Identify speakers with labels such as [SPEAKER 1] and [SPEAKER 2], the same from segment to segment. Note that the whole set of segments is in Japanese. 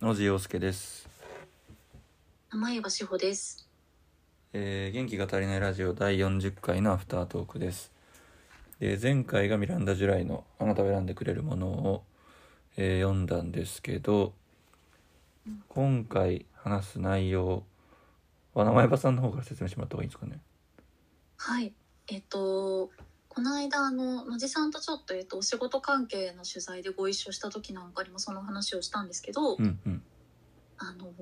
[SPEAKER 1] 野地陽介です、
[SPEAKER 2] 甘いは志保です。
[SPEAKER 1] えー元気が足りないラジオ第40回のアフタートークです、えー前回がミランダ・ジュライの「あなたを選んでくれるものを」えー読んだんですけど今回話す内容は名前場さんの方から説明してもらった方がいいんですかね
[SPEAKER 2] はい、えっと、この間、あの、野地さんとちょっと、えっと、お仕事関係の取材でご一緒した時なんかにも、その話をしたんですけど。
[SPEAKER 1] うんうん
[SPEAKER 2] あの、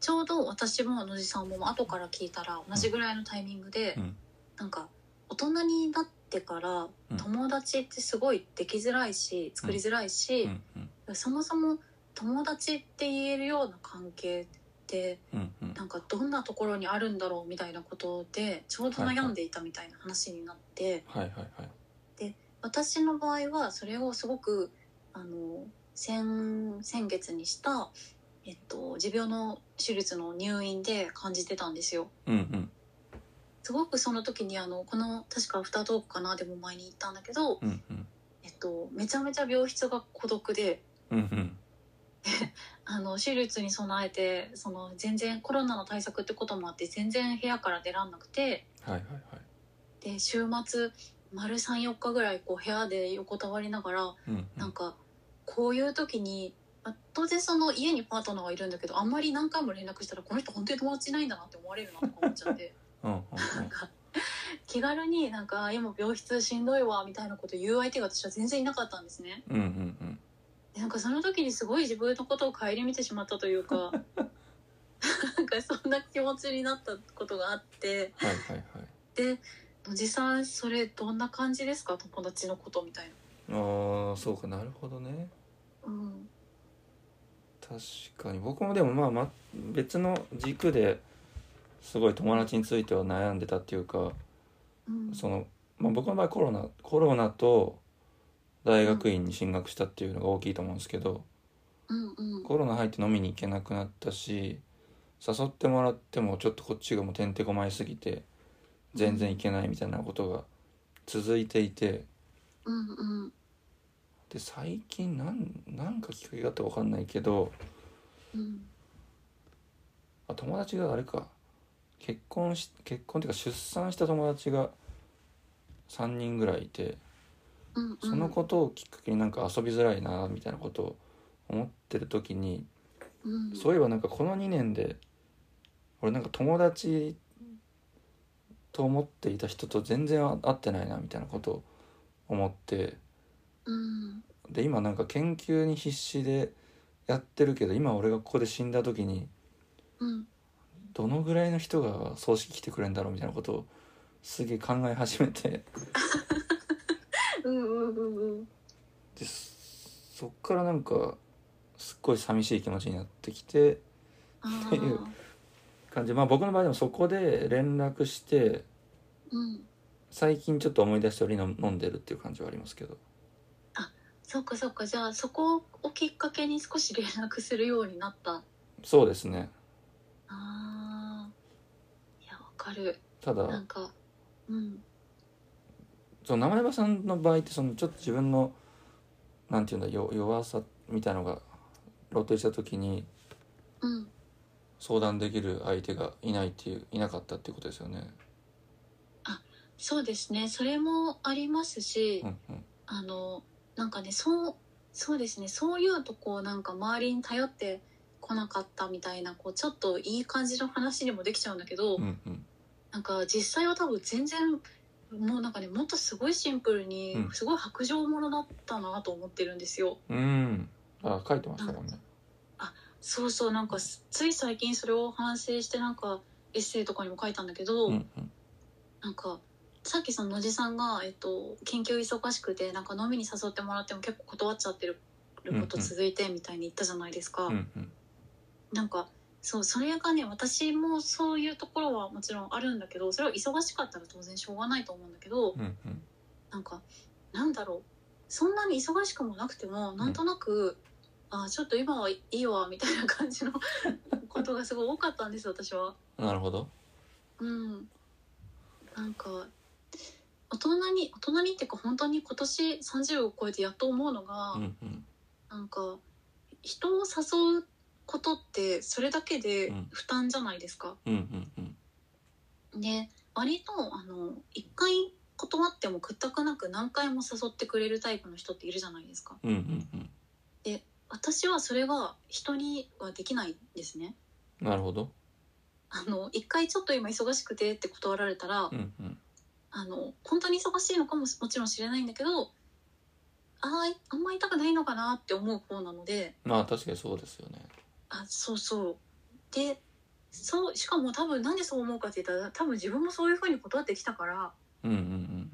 [SPEAKER 2] ちょうど私も野地さんも、後から聞いたら、同じぐらいのタイミングで、
[SPEAKER 1] うん
[SPEAKER 2] なんか。大人になってから
[SPEAKER 1] うん、
[SPEAKER 2] 友達ってすごいできづらいし、作りづらいし
[SPEAKER 1] う、んうん
[SPEAKER 2] そもそも。友達って言えるような関係って
[SPEAKER 1] うんうん
[SPEAKER 2] なんかどんなところにあるんだろうみたいなことでちょうど悩んでいたみたいな話になって、
[SPEAKER 1] はいはいはい
[SPEAKER 2] 私の場合はそれをすごくあの先先月にした、えっと、持病の手術の入院で感じてたんですよ。
[SPEAKER 1] うんうん
[SPEAKER 2] すごくその時にあのこの確かアフタートークかなでも前に言ったんだけど、
[SPEAKER 1] うんうん
[SPEAKER 2] えっと、めちゃめちゃ病室が孤独で
[SPEAKER 1] うんうん
[SPEAKER 2] あの手術に備えてその全然コロナの対策ってこともあって全然部屋から出らんなくて。
[SPEAKER 1] はいはいはい
[SPEAKER 2] で週末丸34日ぐらいこう部屋で横たわりながら
[SPEAKER 1] うんうん
[SPEAKER 2] なんかこういう時に、まあ当然その家にパートナーがいるんだけどあんまり何回も連絡したらこの人本当に友達いないんだなって思われるなとか思っちゃって
[SPEAKER 1] うんうんうん
[SPEAKER 2] なんか気軽になんかあ今病室しんどいわみたいなこと言う相手が私は全然いなかったんですね。
[SPEAKER 1] うんうんうん
[SPEAKER 2] でなんかその時にすごい自分のことを顧みてしまったというかなんかそんな気持ちになったことがあって。
[SPEAKER 1] はいはいはい
[SPEAKER 2] で野地さんそれどんな感じですか友達のことみたいな。
[SPEAKER 1] ああそうかなるほどね
[SPEAKER 2] うん
[SPEAKER 1] 確かに僕もでもまあ、ま、別の軸ですごい友達については悩んでたっていうか
[SPEAKER 2] うん、
[SPEAKER 1] その、まあ、僕の場合コロナコロナと大学院に進学したっていうのが大きいと思うんですけど
[SPEAKER 2] うんうん
[SPEAKER 1] コロナ入って飲みに行けなくなったし誘ってもらってもちょっとこっちがもうてんてこまいすぎて全然行けないみたいなことが続いていて
[SPEAKER 2] うんうん
[SPEAKER 1] で最近なんなんかきっかけがあったか分かんないけど
[SPEAKER 2] うん
[SPEAKER 1] あ友達があれか結婚し結婚っていうか出産した友達が3人ぐらいいて
[SPEAKER 2] うん
[SPEAKER 1] そのことをきっかけになんか遊びづらいなみたいなことを思ってる時に、
[SPEAKER 2] うん
[SPEAKER 1] そういえばなんかこの2年で俺なんか友達と思っていた人と全然会ってないなみたいなことを思って
[SPEAKER 2] うん
[SPEAKER 1] で今なんか研究に必死でやってるけど今俺がここで死んだ時に
[SPEAKER 2] うん
[SPEAKER 1] どのぐらいの人が葬式来てくれるんだろうみたいなことをすげえ考え始めて
[SPEAKER 2] うんうんうんうん
[SPEAKER 1] でそそっからなんかすっごい寂しい気持ちになってきて
[SPEAKER 2] あ
[SPEAKER 1] っていう
[SPEAKER 2] ー
[SPEAKER 1] 感じまあ僕の場合でもそこで連絡して
[SPEAKER 2] うん
[SPEAKER 1] 最近ちょっと思い出してり飲飲んでるっていう感じはありますけど
[SPEAKER 2] そっかそっかじゃあそこをきっかけに少し連絡するようになった
[SPEAKER 1] そうですね
[SPEAKER 2] あーいやわかる
[SPEAKER 1] た
[SPEAKER 2] な
[SPEAKER 1] だ
[SPEAKER 2] んかうん
[SPEAKER 1] その生山さんの場合ってそのちょっと自分のなんていうんだよ弱さみたいのが露呈した時に
[SPEAKER 2] うん
[SPEAKER 1] 相談できる相手がいないっていういなかったっていうことですよね。
[SPEAKER 2] そうですねそれもありますし、
[SPEAKER 1] うんうん
[SPEAKER 2] あのなんかねそうそうですねそういうとこをなんか周りに頼ってこなかったみたいなこうちょっといい感じの話にもできちゃうんだけど、
[SPEAKER 1] うんうん
[SPEAKER 2] なんか実際は多分全然もうなんかねもっとすごいシンプルに、
[SPEAKER 1] うん
[SPEAKER 2] すごい白状ものだったなと思ってるんですよ。
[SPEAKER 1] うん。あ、書いてましたもんね。
[SPEAKER 2] そうそうなんかすつい最近それを反省してなんかエッセイとかにも書いたんだけど、
[SPEAKER 1] うんうん。
[SPEAKER 2] なんかさっきその野地さんが、えっと、研究忙しくてなんか飲みに誘ってもらっても結構断っちゃってること続いてみたいに言ったじゃないですか、
[SPEAKER 1] うんうん。
[SPEAKER 2] なんかそうそれがね私もそういうところはもちろんあるんだけどそれは忙しかったら当然しょうがないと思うんだけど
[SPEAKER 1] うんうん。
[SPEAKER 2] なんかなんだろうそんなに忙しくもなくてもなんとなく、あちょっと今はいいわみたいな感じのことがすごい多かったんです私は。
[SPEAKER 1] なるほど。
[SPEAKER 2] うん、なんか大人に大人にっていうか本当に今年30を超えてやっと思うのが、
[SPEAKER 1] うんうん。
[SPEAKER 2] なんか人を誘うことってそれだけで
[SPEAKER 1] うん
[SPEAKER 2] 負担じゃないですか。
[SPEAKER 1] うんうんうん
[SPEAKER 2] で割とあの一回断っても屈託なく何回も誘ってくれるタイプの人っているじゃないですか。
[SPEAKER 1] うんうんうん
[SPEAKER 2] 私はそれは人にはできないんですね。
[SPEAKER 1] なるほど
[SPEAKER 2] あの一回ちょっと今忙しくてって断られたら、
[SPEAKER 1] うんうん
[SPEAKER 2] あの本当に忙しいのかもしもちろん知れないんだけどあーあんまり痛くないのかなって思う方なので
[SPEAKER 1] まあ確かにそうですよね
[SPEAKER 2] あそうそうでそうしかも多分なんでそう思うかって言ったら多分自分もそういうふうに断ってきたから
[SPEAKER 1] うんうん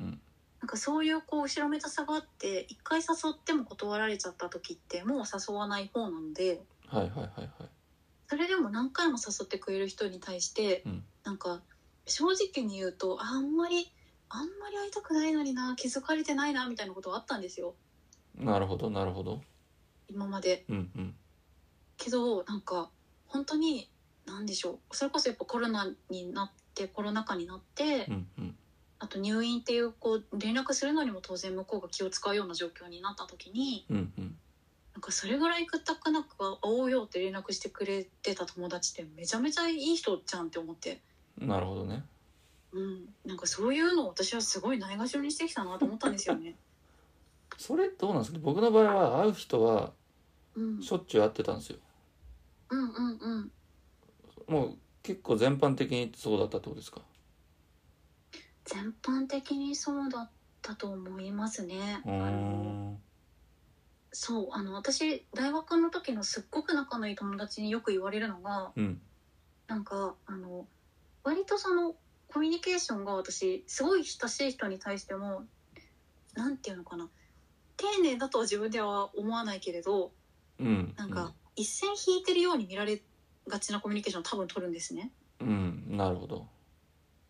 [SPEAKER 1] うん
[SPEAKER 2] なんかそういうこう後ろめたさがあって一回誘っても断られちゃった時ってもう誘わない方なので
[SPEAKER 1] うんはいはいはいはい
[SPEAKER 2] それでも何回も誘ってくれる人に対して、
[SPEAKER 1] うん
[SPEAKER 2] なんか正直に言うとああんまりあんまり会いたくないのにな気づかれてないなみたいなことはあったんですよ
[SPEAKER 1] なるほどなるほど
[SPEAKER 2] 今まで。
[SPEAKER 1] うんうん
[SPEAKER 2] けどなんか本当に何でしょうそれこそやっぱコロナになってコロナ禍になって、
[SPEAKER 1] うんうん
[SPEAKER 2] あと入院っていうこう連絡するのにも当然向こうが気を使うような状況になった時に
[SPEAKER 1] うんうん
[SPEAKER 2] なんかそれぐらいくったくなく会おうよって連絡してくれてた友達ってめちゃめちゃいい人じゃんって思って、
[SPEAKER 1] なるほどね
[SPEAKER 2] うん、なんかそういうのを私はすごいないがしろにしてきたなと思ったんですよね。
[SPEAKER 1] それどうなんですか僕の場合は会う人は
[SPEAKER 2] うん、
[SPEAKER 1] しょっちゅう会ってたんですよ
[SPEAKER 2] うんうんうん
[SPEAKER 1] もう結構全般的にそうだったってことですか
[SPEAKER 2] 全般的にそうだったと思いますね。
[SPEAKER 1] う
[SPEAKER 2] あ
[SPEAKER 1] ー
[SPEAKER 2] の
[SPEAKER 1] ん
[SPEAKER 2] そうあの私大学の時のすっごく仲のいい友達によく言われるのが
[SPEAKER 1] うん
[SPEAKER 2] なんかあの割とそのコミュニケーションが私すごい親しい人に対してもなんていうのかな丁寧だとは自分では思わないけれど
[SPEAKER 1] うん
[SPEAKER 2] なんか一線引いてるように見られがちなコミュニケーションを多分取るんですね。
[SPEAKER 1] うん、うん、なるほど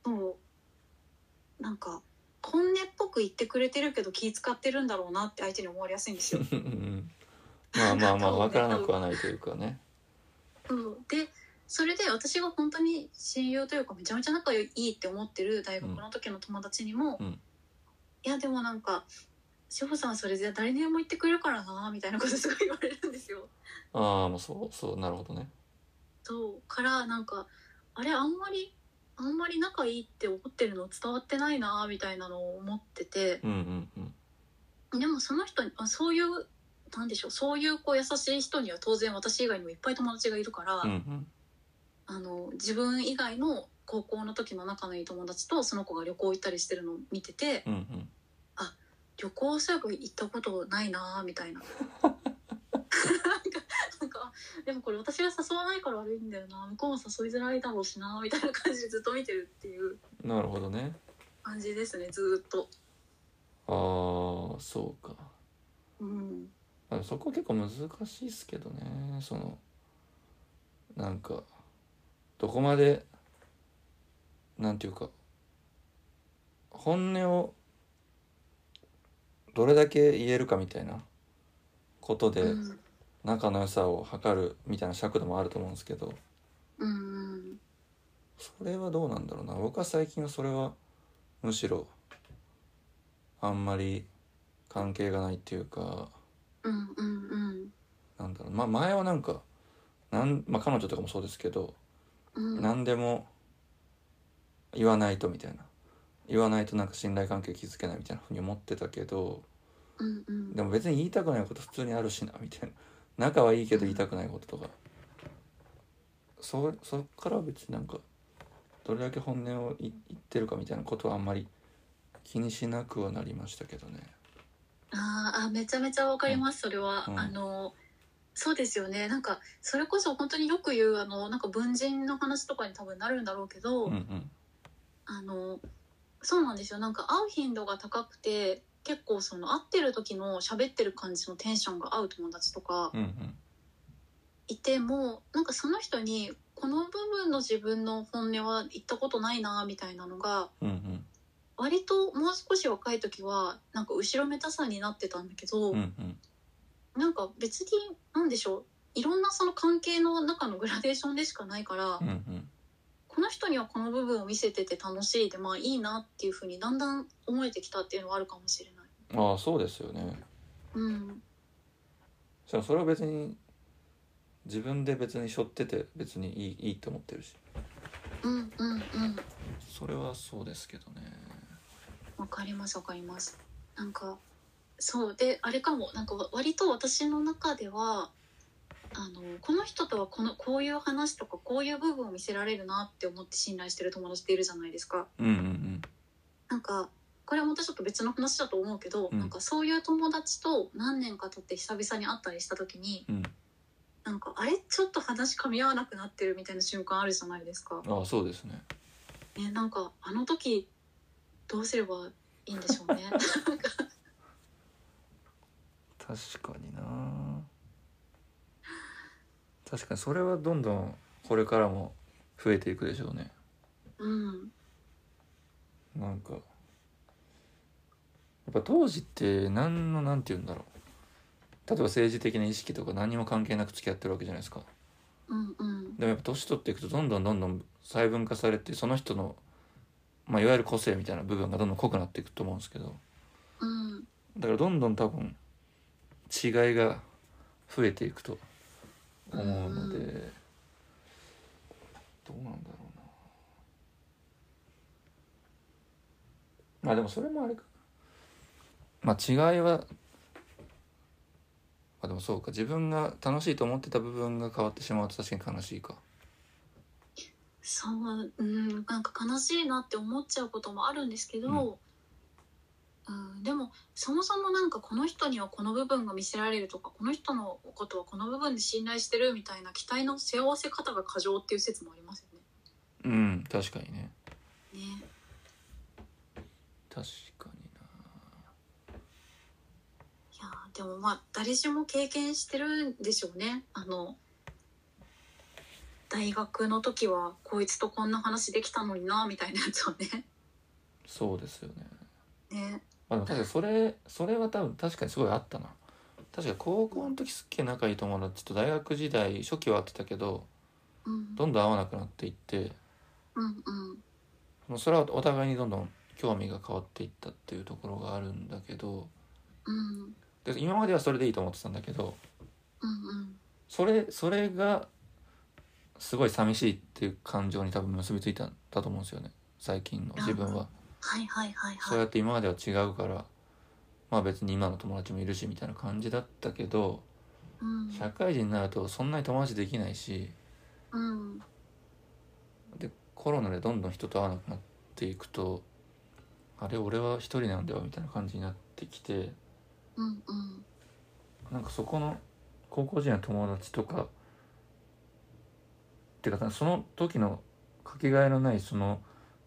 [SPEAKER 2] そうなんか本音っぽく言ってくれてるけど気使ってるんだろうなって相手に思われやすいんですよ。
[SPEAKER 1] うんうんまあまあまあ
[SPEAKER 2] 多分ね
[SPEAKER 1] 分からなくはないというかね
[SPEAKER 2] そうでそれで私が本当に親友というかめちゃめちゃ仲いいって思ってる大学の時の友達にも「
[SPEAKER 1] うんうん
[SPEAKER 2] いやでもなんか志保さんそれで誰にでも言ってくれるからな」みたいなことすごい言われるんですよ。
[SPEAKER 1] ああもうそうそうなるほどね
[SPEAKER 2] そうからなんかあれあんまりあんまり仲いいって思ってるの伝わってないなみたいなのを思ってて
[SPEAKER 1] うんうんうん
[SPEAKER 2] でもその人にあそういうなんでしょうそういうこう優しい人には当然私以外にもいっぱい友達がいるから。
[SPEAKER 1] うんうん
[SPEAKER 2] あの自分以外の高校の時の仲のいい友達とその子が旅行行ったりしてるのを見てて
[SPEAKER 1] うんうん
[SPEAKER 2] 旅行そういえば行ったことないなーみたいななんかでもこれ私が誘わないから悪いんだよな向こうも誘いづらいだろうしなーみたいな感じでずっと見てるっていう
[SPEAKER 1] なるほどね
[SPEAKER 2] 感じですねずーっと。
[SPEAKER 1] ああそうか
[SPEAKER 2] うん、
[SPEAKER 1] あのそこ結構難しいっすけどねそのなんかどこまでなんていうか本音をどれだけ言えるかみたいなこと
[SPEAKER 2] う
[SPEAKER 1] で
[SPEAKER 2] ん
[SPEAKER 1] 仲の良さを測るみたいな尺度もあると思うんですけど
[SPEAKER 2] うん
[SPEAKER 1] それはどうなんだろうな僕は最近はそれはむしろあんまり関係がないっていうか
[SPEAKER 2] うんうんうん
[SPEAKER 1] なんだろうまあ前はなんかなん、まあ、彼女とかもそうですけど、
[SPEAKER 2] うん
[SPEAKER 1] 何でも言わないとみたいな言わないとなんか信頼関係築けないみたいなふうに思ってたけど
[SPEAKER 2] うんうん
[SPEAKER 1] でも別に言いたくないこと普通にあるしなみたいな仲はいいけど言いたくないこととかそそっからは別になんかどれだけ本音をい言ってるかみたいなことはあんまり気にしなくはなりましたけどね。
[SPEAKER 2] あーあーめちゃめちゃわかりますそれは、
[SPEAKER 1] うん
[SPEAKER 2] あのそうですよねなんかそれこそ本当によく言うあのなんか文人の話とかに多分なるんだろうけど、
[SPEAKER 1] うんうん
[SPEAKER 2] あのそうなんですよなんか会う頻度が高くて結構その会ってる時の喋ってる感じのテンションが合う友達とか
[SPEAKER 1] うんうん
[SPEAKER 2] いてもなんかその人にこの部分の自分の本音は言ったことないなみたいなのが
[SPEAKER 1] うんうん
[SPEAKER 2] 割ともう少し若い時はなんか後ろめたさになってたんだけど、
[SPEAKER 1] うんうん
[SPEAKER 2] なんか別に何でしょういろんなその関係の中のグラデーションでしかないから、
[SPEAKER 1] うんうん
[SPEAKER 2] この人にはこの部分を見せてて楽しいでまあいいなっていうふうにだんだん思えてきたっていうのはあるかもしれない。
[SPEAKER 1] ああそうですよね。
[SPEAKER 2] うん、
[SPEAKER 1] しかもそれは別に自分で別に背負ってて別にいいいいと思ってるし
[SPEAKER 2] うんうんうん
[SPEAKER 1] それはそうですけどね
[SPEAKER 2] わかりますわかりますなんかそうであれかもなんかわ割と私の中ではあのこの人とはこのこういう話とかこういう部分を見せられるなって思って信頼してる友達っているじゃないですか
[SPEAKER 1] うんうん
[SPEAKER 2] なんかこれはまたちょっと別の話だと思うけど、
[SPEAKER 1] うん
[SPEAKER 2] なんかそういう友達と何年か経って久々に会ったりした時に
[SPEAKER 1] うん
[SPEAKER 2] なんかあれちょっと話噛み合わなくなってるみたいな瞬間あるじゃないですか、
[SPEAKER 1] うんああそうですね
[SPEAKER 2] ね、なんかあの時どうすればいいんでしょう ねなんか
[SPEAKER 1] 確かにな確かにそれはどんどんこれからも増えていくでしょうね
[SPEAKER 2] うん
[SPEAKER 1] なんかやっぱ当時って何のなんて言うんだろう例えば政治的な意識とか何にも関係なく付き合ってるわけじゃないですか
[SPEAKER 2] うんうん
[SPEAKER 1] でもやっぱ年取っていくとどんどんどんどん細分化されてその人の、まあ、いわゆる個性みたいな部分がどんどん濃くなっていくと思うんですけど
[SPEAKER 2] うん
[SPEAKER 1] だからどんどん多分違いが増えていくと思うので、
[SPEAKER 2] う
[SPEAKER 1] どうなんだろうなまあでもそれもあれかまあ違いはあでもそうか自分が楽しいと思ってた部分が変わってしまうと確かに悲しいか
[SPEAKER 2] そう、うん、なんか悲しいなって思っちゃうこともあるんですけど、うんでもそもそもなんかこの人にはこの部分が見せられるとかこの人のことはこの部分で信頼してるみたいな期待の背負わせ方が過剰っていう説もありますよ
[SPEAKER 1] うん確かにね
[SPEAKER 2] ね。ね
[SPEAKER 1] 確かにない
[SPEAKER 2] やーでもまあ誰しも経験してるんでしょうね。あの大学の時はこいつとこんな話できたのになみたいなやつをね。
[SPEAKER 1] そうですよね
[SPEAKER 2] ね
[SPEAKER 1] まあでも確かにそれそれは多分確かにすごいあったな確か高校の時すっげえ仲いい友達と大学時代初期は会ってたけど
[SPEAKER 2] うん
[SPEAKER 1] どんどん会わなくなっていって
[SPEAKER 2] うんうん
[SPEAKER 1] もうそれはお互いにどんどん興味が変わっていったっていうところがあるんだけど
[SPEAKER 2] うん
[SPEAKER 1] で今まではそれでいいと思ってたんだけど
[SPEAKER 2] うんうん。
[SPEAKER 1] それそれがすごい寂しいっていう感情に多分結びついたんだと思うんですよね最近の自分は。
[SPEAKER 2] はいはいはい
[SPEAKER 1] そう
[SPEAKER 2] は
[SPEAKER 1] や
[SPEAKER 2] い。
[SPEAKER 1] って今までは違うからまあ別に今の友達もいるしみたいな感じだったけど
[SPEAKER 2] うん
[SPEAKER 1] 社会人になるとそんなに友達できないし
[SPEAKER 2] うん
[SPEAKER 1] でコロナでどんどん人と会わなくなっていくとあれ俺は一人なんだよみたいな感じになってきて
[SPEAKER 2] うんうん
[SPEAKER 1] なんかそこの高校時代の友達とかってかその時のかけがえのないその、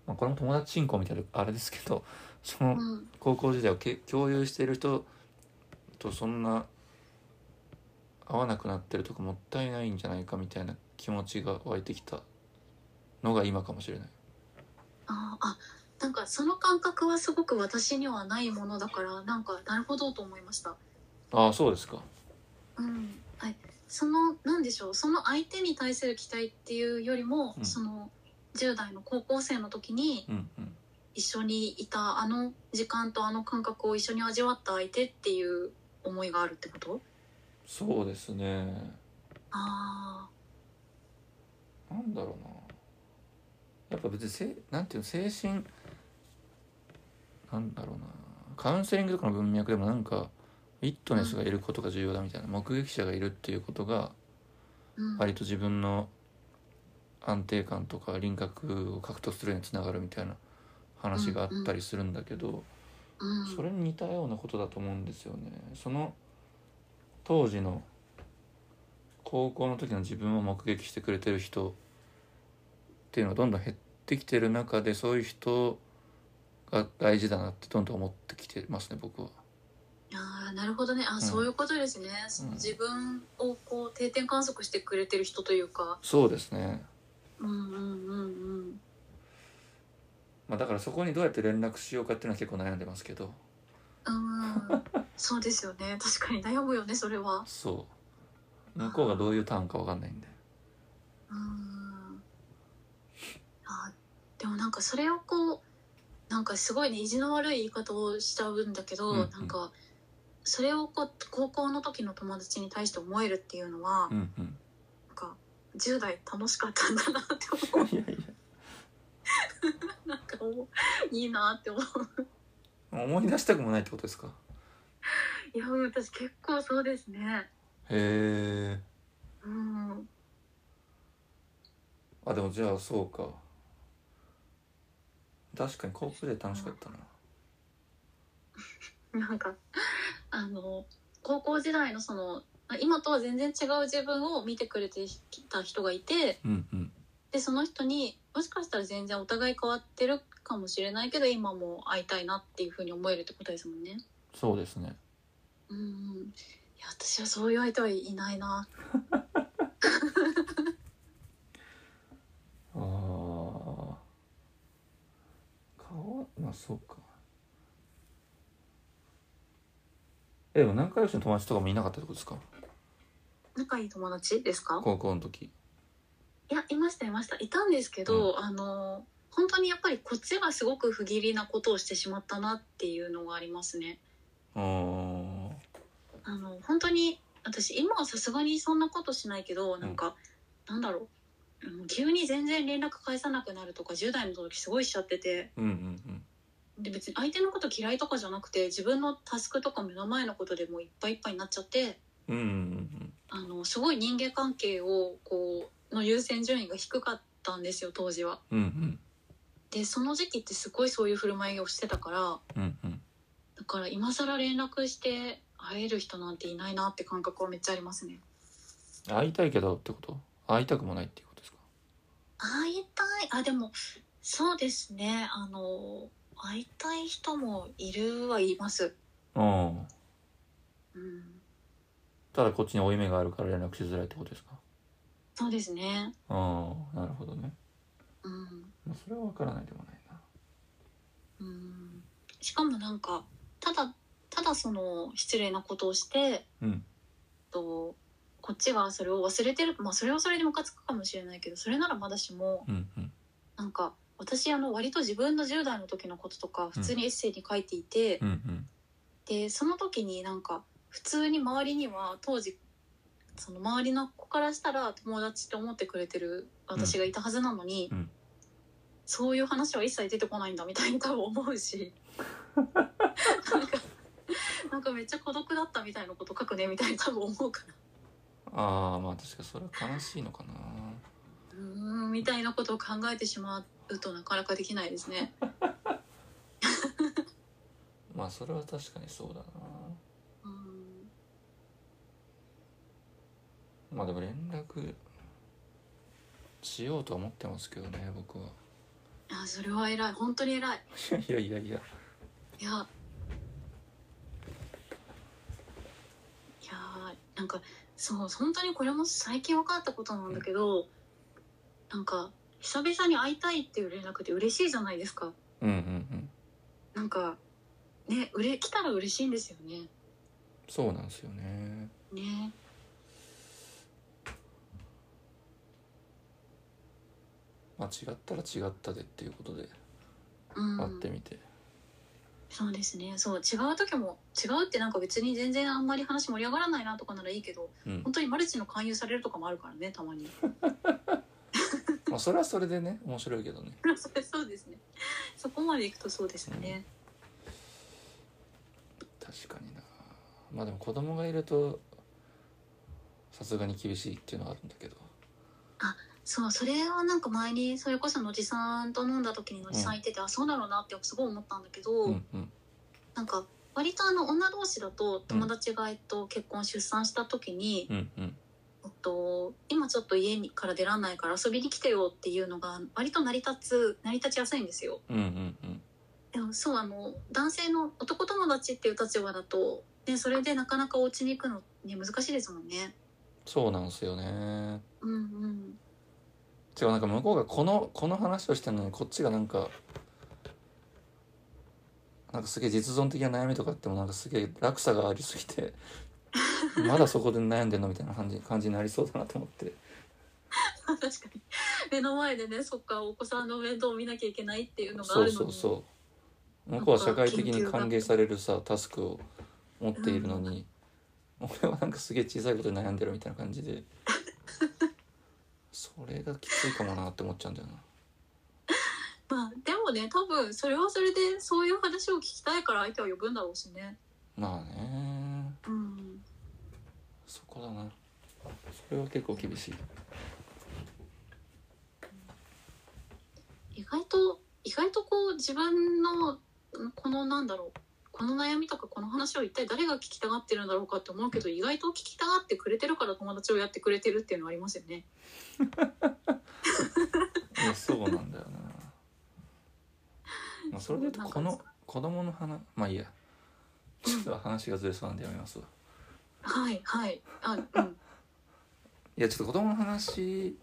[SPEAKER 1] まあ、これも友達信仰みたいなあれですけどその
[SPEAKER 2] うん
[SPEAKER 1] 高校時代をけ共有している人とそんな合わなくなってるとかもったいないんじゃないかみたいな気持ちが湧いてきたのが今かもしれない
[SPEAKER 2] ああなんかその感覚はすごく私にはないものだからなんかなるほどと思いました。
[SPEAKER 1] ああそうですか
[SPEAKER 2] うんはい、そのなんでしょうその相手に対する期待っていうよりも、
[SPEAKER 1] うん
[SPEAKER 2] その10代の高校生の時に
[SPEAKER 1] うんうん
[SPEAKER 2] 一緒にいたあの時間とあの感覚を一緒に味わった相手っていう思いがあるってこと
[SPEAKER 1] そうですね
[SPEAKER 2] あ
[SPEAKER 1] なんだろうなやっぱ別にせなんていうの精神なんだろうなカウンセリングとかの文脈でもなんかウィットネスがいることが重要だみたいな目撃者がいるっていうことが
[SPEAKER 2] ー、うん、
[SPEAKER 1] 割と自分の安定感とか輪郭を獲得するにつながるみたいな話があったりするんだけど、
[SPEAKER 2] うん、
[SPEAKER 1] それに似たようなことだと思うんですよね。その当時の高校の時の自分を目撃してくれてる人っていうのがどんどん減ってきてる中でそういう人が大事だなってどんどん思ってきてますね僕は。
[SPEAKER 2] ああなるほどねあ、
[SPEAKER 1] ん
[SPEAKER 2] そういうことですね、その
[SPEAKER 1] うん
[SPEAKER 2] 自分をこう定点観測してくれてる人というか
[SPEAKER 1] そうですね。
[SPEAKER 2] うんうんうん うん
[SPEAKER 1] まあ、だからそこにどうやって連絡しようかっていうのは結構悩んでますけど。
[SPEAKER 2] うんそうですよね確かに悩むよねそれは
[SPEAKER 1] そう向こうがどういうターンか分かんないんで
[SPEAKER 2] うんあでもなんかそれをこうなんかすごいね意地の悪い言い方をしちゃうんだけど、
[SPEAKER 1] うんうん
[SPEAKER 2] なんかそれをこう高校の時の友達に対して思えるっていうのは、
[SPEAKER 1] うんうん
[SPEAKER 2] 10代楽しかったんだなって思う
[SPEAKER 1] いやい
[SPEAKER 2] なんかもういいなって思う
[SPEAKER 1] や思い出したくもないってことですか
[SPEAKER 2] いやうん私結構そうですね
[SPEAKER 1] へえ
[SPEAKER 2] うん
[SPEAKER 1] あでもじゃあそうか確かに高校時代楽しかったな
[SPEAKER 2] なんかあの高校時代のそのまあ今とは全然違う自分を見てくれてきた人がいて
[SPEAKER 1] うんうん
[SPEAKER 2] でその人にもしかしたら全然お互い変わってるかもしれないけど今も会いたいなっていうふうに思えるってことですもんね。
[SPEAKER 1] そうですね
[SPEAKER 2] うんうん、いや私はそういう相手はいないな。
[SPEAKER 1] ああ顔まあそうかえでも仲良しの友達とかもいなかったってことですか
[SPEAKER 2] 仲いい友達ですか
[SPEAKER 1] 高校の時
[SPEAKER 2] いやいましたいましたいたんですけど、あの本当にやっぱりこっちがすごく不義理なことをしてしまったなっていうのがありますね。
[SPEAKER 1] あー
[SPEAKER 2] あの本当に私今はさすがにそんなことしないけどなんか、なんだろううん急に全然連絡返さなくなるとか10代の時すごいしちゃってて
[SPEAKER 1] うんうん
[SPEAKER 2] で別に相手のこと嫌いとかじゃなくて自分のタスクとか目の前のことでもういっぱいいっぱいになっちゃって
[SPEAKER 1] うんうんうん
[SPEAKER 2] あのすごい人間関係をこうの優先順位が低かったんですよ当時は。
[SPEAKER 1] うんうん
[SPEAKER 2] でその時期ってすごいそういう振る舞いをしてたから
[SPEAKER 1] うんうん
[SPEAKER 2] だから今更連絡して会える人なんていないなって感覚はめっちゃありますね。
[SPEAKER 1] 会いたいけどってこと会いたくもないっていうことですか
[SPEAKER 2] 会いたいあでもそうですねあの会いたい人もいるはいます、
[SPEAKER 1] うん
[SPEAKER 2] うん、
[SPEAKER 1] ただこっちに負い目があるから連絡しづらいってことですか
[SPEAKER 2] そうですね
[SPEAKER 1] ああなるほどね
[SPEAKER 2] うん、
[SPEAKER 1] まあそれは分からないでもないな
[SPEAKER 2] うん、しかもなんかただただその失礼なことをして
[SPEAKER 1] うん
[SPEAKER 2] とこっちがそれを忘れてるまあそれはそれでムカつくかもしれないけどそれならまだしも
[SPEAKER 1] うんうん
[SPEAKER 2] なんか私あの割と自分の10代の時のこととか普通にエッセイに書いていて、
[SPEAKER 1] うんうん
[SPEAKER 2] でその時になんか普通に周りには当時その周りの子からしたら友達って思ってくれてる私がいたはずなのに、
[SPEAKER 1] うんうん
[SPEAKER 2] そういう話は一切出てこないんだみたいに多分思うしなんかなんかめっちゃ孤独だったみたいなこと書くねみたいに多分思うから
[SPEAKER 1] ああまあ確かそれは悲しいのかな
[SPEAKER 2] うーんみたいなことを考えてしまうとなかなかできないですね。
[SPEAKER 1] まあそれは確かにそうだな
[SPEAKER 2] うん
[SPEAKER 1] まあでも連絡しようとは思ってますけどね僕は
[SPEAKER 2] あそれは偉い本当に偉い
[SPEAKER 1] いやいやいや
[SPEAKER 2] いやいやーなんかそう本当にこれも最近分かったことなんだけど、なんか久々に会いたいっていう連絡って嬉しいじゃないですか
[SPEAKER 1] うんうんうん
[SPEAKER 2] なんかねうれ来たら嬉しいんですよね
[SPEAKER 1] そうなんですよね
[SPEAKER 2] ね
[SPEAKER 1] まあ違ったら違ったでっていうことで
[SPEAKER 2] うん
[SPEAKER 1] 会ってみて、
[SPEAKER 2] そうですねそう違う時も違うってなんか別に全然あんまり話盛り上がらないなとかならいいけど
[SPEAKER 1] うん
[SPEAKER 2] 本当にマルチの勧誘されるとかもあるからねたまに
[SPEAKER 1] まあそれはそれでね面白いけどね
[SPEAKER 2] それそうですねそこまでいくとそうですよね、
[SPEAKER 1] 確かになまあでも子供がいるとさすがに厳しいっていうのはあるんだけど
[SPEAKER 2] そうそれはなんか前にそれこそ野地さんと飲んだ時に野地さん言ってて、あそうだろうなってすごい思ったんだけど、
[SPEAKER 1] うんうん
[SPEAKER 2] なんか割とあの女同士だと友達がえっと結婚出産した時に、
[SPEAKER 1] うんうん
[SPEAKER 2] えっと今ちょっと家にから出らんないから遊びに来てよっていうのが割と成り立つ成り立ちやすいんですよ。
[SPEAKER 1] うんうんうん
[SPEAKER 2] でもそうあの男性の男友達っていう立場だと、ね、それでなかなかお家に行くの、ね、難しいですもんね。
[SPEAKER 1] そうなんですよね
[SPEAKER 2] うんうん
[SPEAKER 1] 違うなんか向こうがこのこの話をしてるのにこっちがなんかなんかすげえ実存的な悩みとかあってもなんかすげえ落差がありすぎ てまだそこで悩んでんのみたいな感じ感じになりそうだなと思って
[SPEAKER 2] 確かに目の前でねそっかお子さんの面倒を見なきゃいけないっていうのがある
[SPEAKER 1] そ
[SPEAKER 2] の
[SPEAKER 1] う
[SPEAKER 2] に
[SPEAKER 1] そうそう向こうは社会的に歓迎されるさタスクを持っているのに、俺はなんかすげえ小さいことで悩んでるみたいな感じで それがきついかもなって思っちゃうんだよな
[SPEAKER 2] まあでもね多分それはそれでそういう話を聞きたいから相手は呼ぶんだろうしね
[SPEAKER 1] まあね
[SPEAKER 2] うん
[SPEAKER 1] そこだなそれは結構厳しい
[SPEAKER 2] 意外と意外とこう自分のうんこのなんだろうこの悩みとかこの話を一体誰が聞きたがってるんだろうかって思うけど意外と聞きたがってくれてるから友達をやってくれてるっていうのはありますよね。
[SPEAKER 1] いやそうなんだよなまあそれで言うとこ
[SPEAKER 2] なん
[SPEAKER 1] の
[SPEAKER 2] か
[SPEAKER 1] 子供の話まあいいやちょっと話がずれそうなんでやめますわ
[SPEAKER 2] はいはいあうん
[SPEAKER 1] いやちょっと子供の話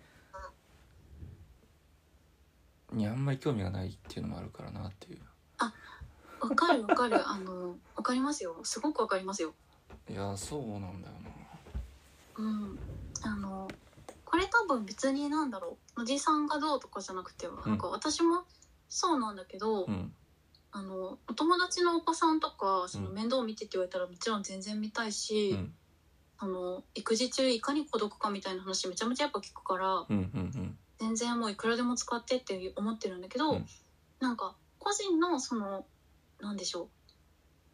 [SPEAKER 1] にあんまり興味がないっていうのもあるからなっていう
[SPEAKER 2] わかるわかるあのわかりますよすごくわかりますよ。
[SPEAKER 1] いやそうなんだよ
[SPEAKER 2] うん、あのこれ多分別になんだろうおじさんがどうとかじゃなくてなんか私もそうなんだけど、
[SPEAKER 1] なうん
[SPEAKER 2] あのお友達のお子さんとかその
[SPEAKER 1] うん
[SPEAKER 2] 面倒を見てって言われたらもちろん全然見たいし、
[SPEAKER 1] うん
[SPEAKER 2] あの育児中いかに孤独かみたいな話めちゃめちゃやっぱ聞くから
[SPEAKER 1] うんうん
[SPEAKER 2] 全然もういくらでも使ってって思ってるんだけど、
[SPEAKER 1] うん
[SPEAKER 2] なんか個人のそのなんでしょう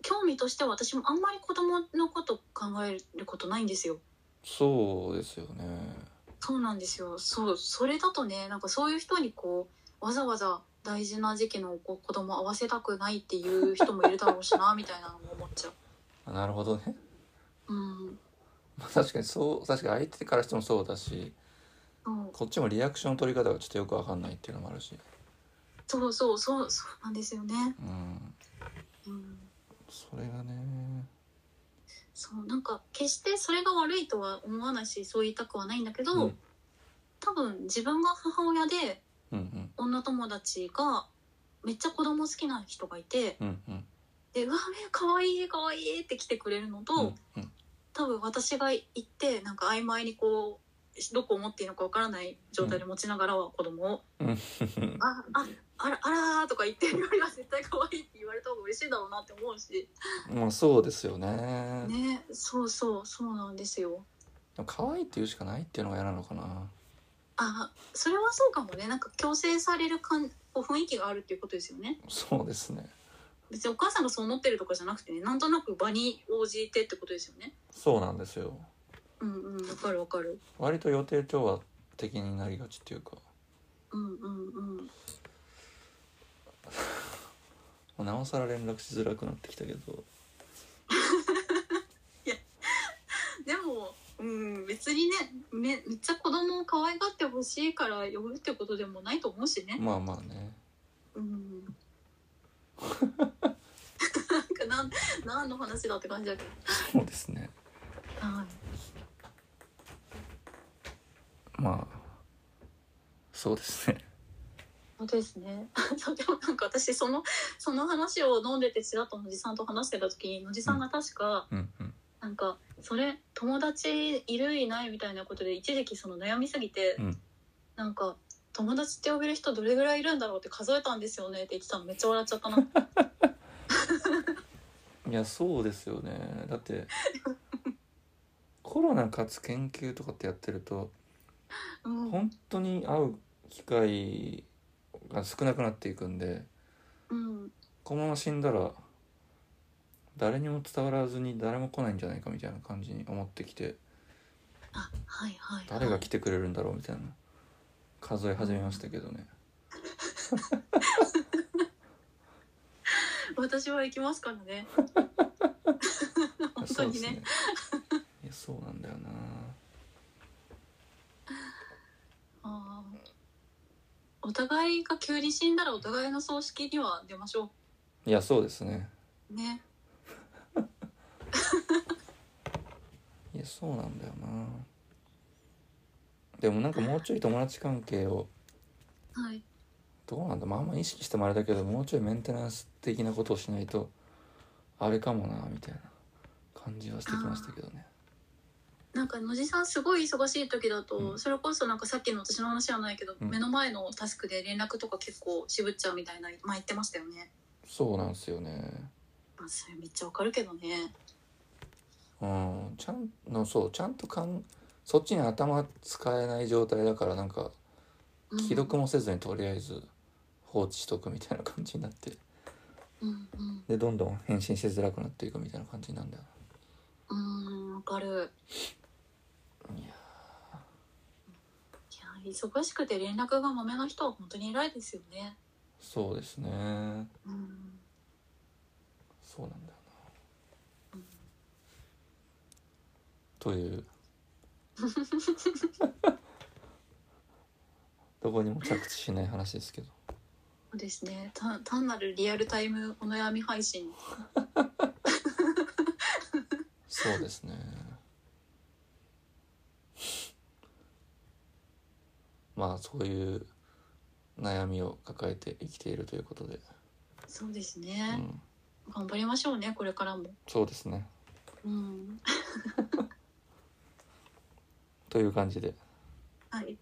[SPEAKER 2] 興味としては私もあんまり子供のこと考えることないんですよ。
[SPEAKER 1] そうですよね
[SPEAKER 2] そうなんですよ。そう、それだとね、なんかそういう人にこう、わざわざ大事な時期の子子供合わせたくないっていう人もいるだろうしな、みたいなのも思っちゃ
[SPEAKER 1] あなるほどね、
[SPEAKER 2] う。うん。
[SPEAKER 1] まあ、確かにそう確かに相手からしてもそうだし
[SPEAKER 2] そう
[SPEAKER 1] こっちもリアクションの取り方がちょっとよくわかんないっていうのもあるし
[SPEAKER 2] そうそう、そう、そうなんですよね。
[SPEAKER 1] うん
[SPEAKER 2] うん。
[SPEAKER 1] それがね
[SPEAKER 2] そう、なんか決してそれが悪いとは思わないし、そう言いたくはないんだけど、
[SPEAKER 1] うん
[SPEAKER 2] 多分自分が母親で
[SPEAKER 1] うんうん
[SPEAKER 2] 女友達がめっちゃ子供好きな人がいて、
[SPEAKER 1] うんうん
[SPEAKER 2] で、うわ、め可愛い可愛いって来てくれるのと、
[SPEAKER 1] うんうん
[SPEAKER 2] 多分私が行ってなんか曖昧にこうどこを持っていいのかわからない状態で持ちながらは子供を「
[SPEAKER 1] うん
[SPEAKER 2] あああらあら」とか言ってるよりは絶対可愛いって言われた方が嬉しいだろうなって思うし
[SPEAKER 1] まあそうですよね
[SPEAKER 2] ねそうそうそうなんですよ
[SPEAKER 1] でも可愛いって言うしかないっていうのが嫌なのかな
[SPEAKER 2] あそれはそうかもねなんか強制される感こう雰囲気があるっていうことですよね
[SPEAKER 1] そうですね
[SPEAKER 2] 別にお母さんがそう思ってるとかじゃなくてねなんとなく場に応じてってことですよね
[SPEAKER 1] そうなんですよ
[SPEAKER 2] うんうんわかるわかる
[SPEAKER 1] 割と予定調和的になりがちっていうか
[SPEAKER 2] うんうんうん
[SPEAKER 1] まあなおさら連絡しづらくなってきたけど
[SPEAKER 2] でも、うん、別にねめめっちゃ子供を可愛がってほしいから呼ぶってことでもないと思うしね、
[SPEAKER 1] まあまあね
[SPEAKER 2] うん、なんかなん何の話だって感じだけ
[SPEAKER 1] そうですね
[SPEAKER 2] ど、はい、
[SPEAKER 1] まあそうですね
[SPEAKER 2] 本当ですねそうでもなんか私そのその話を飲んでてちらっと野地さんと話してた時に野地さんが確か、
[SPEAKER 1] うんうん
[SPEAKER 2] なんかそれ友達いるいないみたいなことで一時期その悩みすぎて、
[SPEAKER 1] うん
[SPEAKER 2] なんか友達って呼べる人どれぐらいいるんだろうって数えたんですよねって言ってたのめっちゃ笑っちゃったな
[SPEAKER 1] いやそうですよねだって コロナかつ研究とかってやってると
[SPEAKER 2] うん
[SPEAKER 1] 本当に会う機会が少なくなっていくんで
[SPEAKER 2] うん
[SPEAKER 1] このまま死んだら誰にも伝わらずに誰も来ないんじゃないかみたいな感じに思ってきて
[SPEAKER 2] あはいはい、はい、
[SPEAKER 1] 誰が来てくれるんだろうみたいな数え始めましたけどね
[SPEAKER 2] 私は行きますから ね 本当
[SPEAKER 1] そうで
[SPEAKER 2] に
[SPEAKER 1] す
[SPEAKER 2] ね
[SPEAKER 1] ねいやそうなんだよな
[SPEAKER 2] あーお互いが急に死んだらお互いの葬式には出ましょ
[SPEAKER 1] いやそうですね
[SPEAKER 2] うね
[SPEAKER 1] いやそうなんだよなでもなんかもうちょい友達関係を
[SPEAKER 2] はい
[SPEAKER 1] どうなんだまああんま意識してもあれだけどもうちょいメンテナンス的なことをしないとあれかもなみたいな感じはしてきましたけどね
[SPEAKER 2] なんか野地さんすごい忙しい時だと、
[SPEAKER 1] うん
[SPEAKER 2] それこそなんかさっきの私の話じゃないけど、
[SPEAKER 1] うん
[SPEAKER 2] 目の前のタスクで連絡とか結構渋っちゃうみたいな前言ってましたよね、
[SPEAKER 1] そうなんですよね
[SPEAKER 2] まあ、それめっちゃわかるけどね
[SPEAKER 1] うんちゃんのそうちゃんとかんそっちに頭使えない状態だからなんか
[SPEAKER 2] うん
[SPEAKER 1] 既読もせずにとりあえず放置しとくみたいな感じになって
[SPEAKER 2] うんうん
[SPEAKER 1] でどんどん返信しづらくなっていくみたいな感じなんだよ
[SPEAKER 2] うんわかる
[SPEAKER 1] いや
[SPEAKER 2] いや忙しくて連絡がまめな人は本当に偉いですよね
[SPEAKER 1] そうですね
[SPEAKER 2] うん
[SPEAKER 1] そうなんだよな
[SPEAKER 2] うん
[SPEAKER 1] という どこにも着地しない話ですけど
[SPEAKER 2] そうですねた単なるリアルタイムお悩み配信
[SPEAKER 1] そうですね。まあそういう悩みを抱えて生きているということで、
[SPEAKER 2] そうです
[SPEAKER 1] う
[SPEAKER 2] ね、
[SPEAKER 1] ん、
[SPEAKER 2] 頑張りましょうねこれからも
[SPEAKER 1] そうですね。
[SPEAKER 2] うん
[SPEAKER 1] という感じで
[SPEAKER 2] はい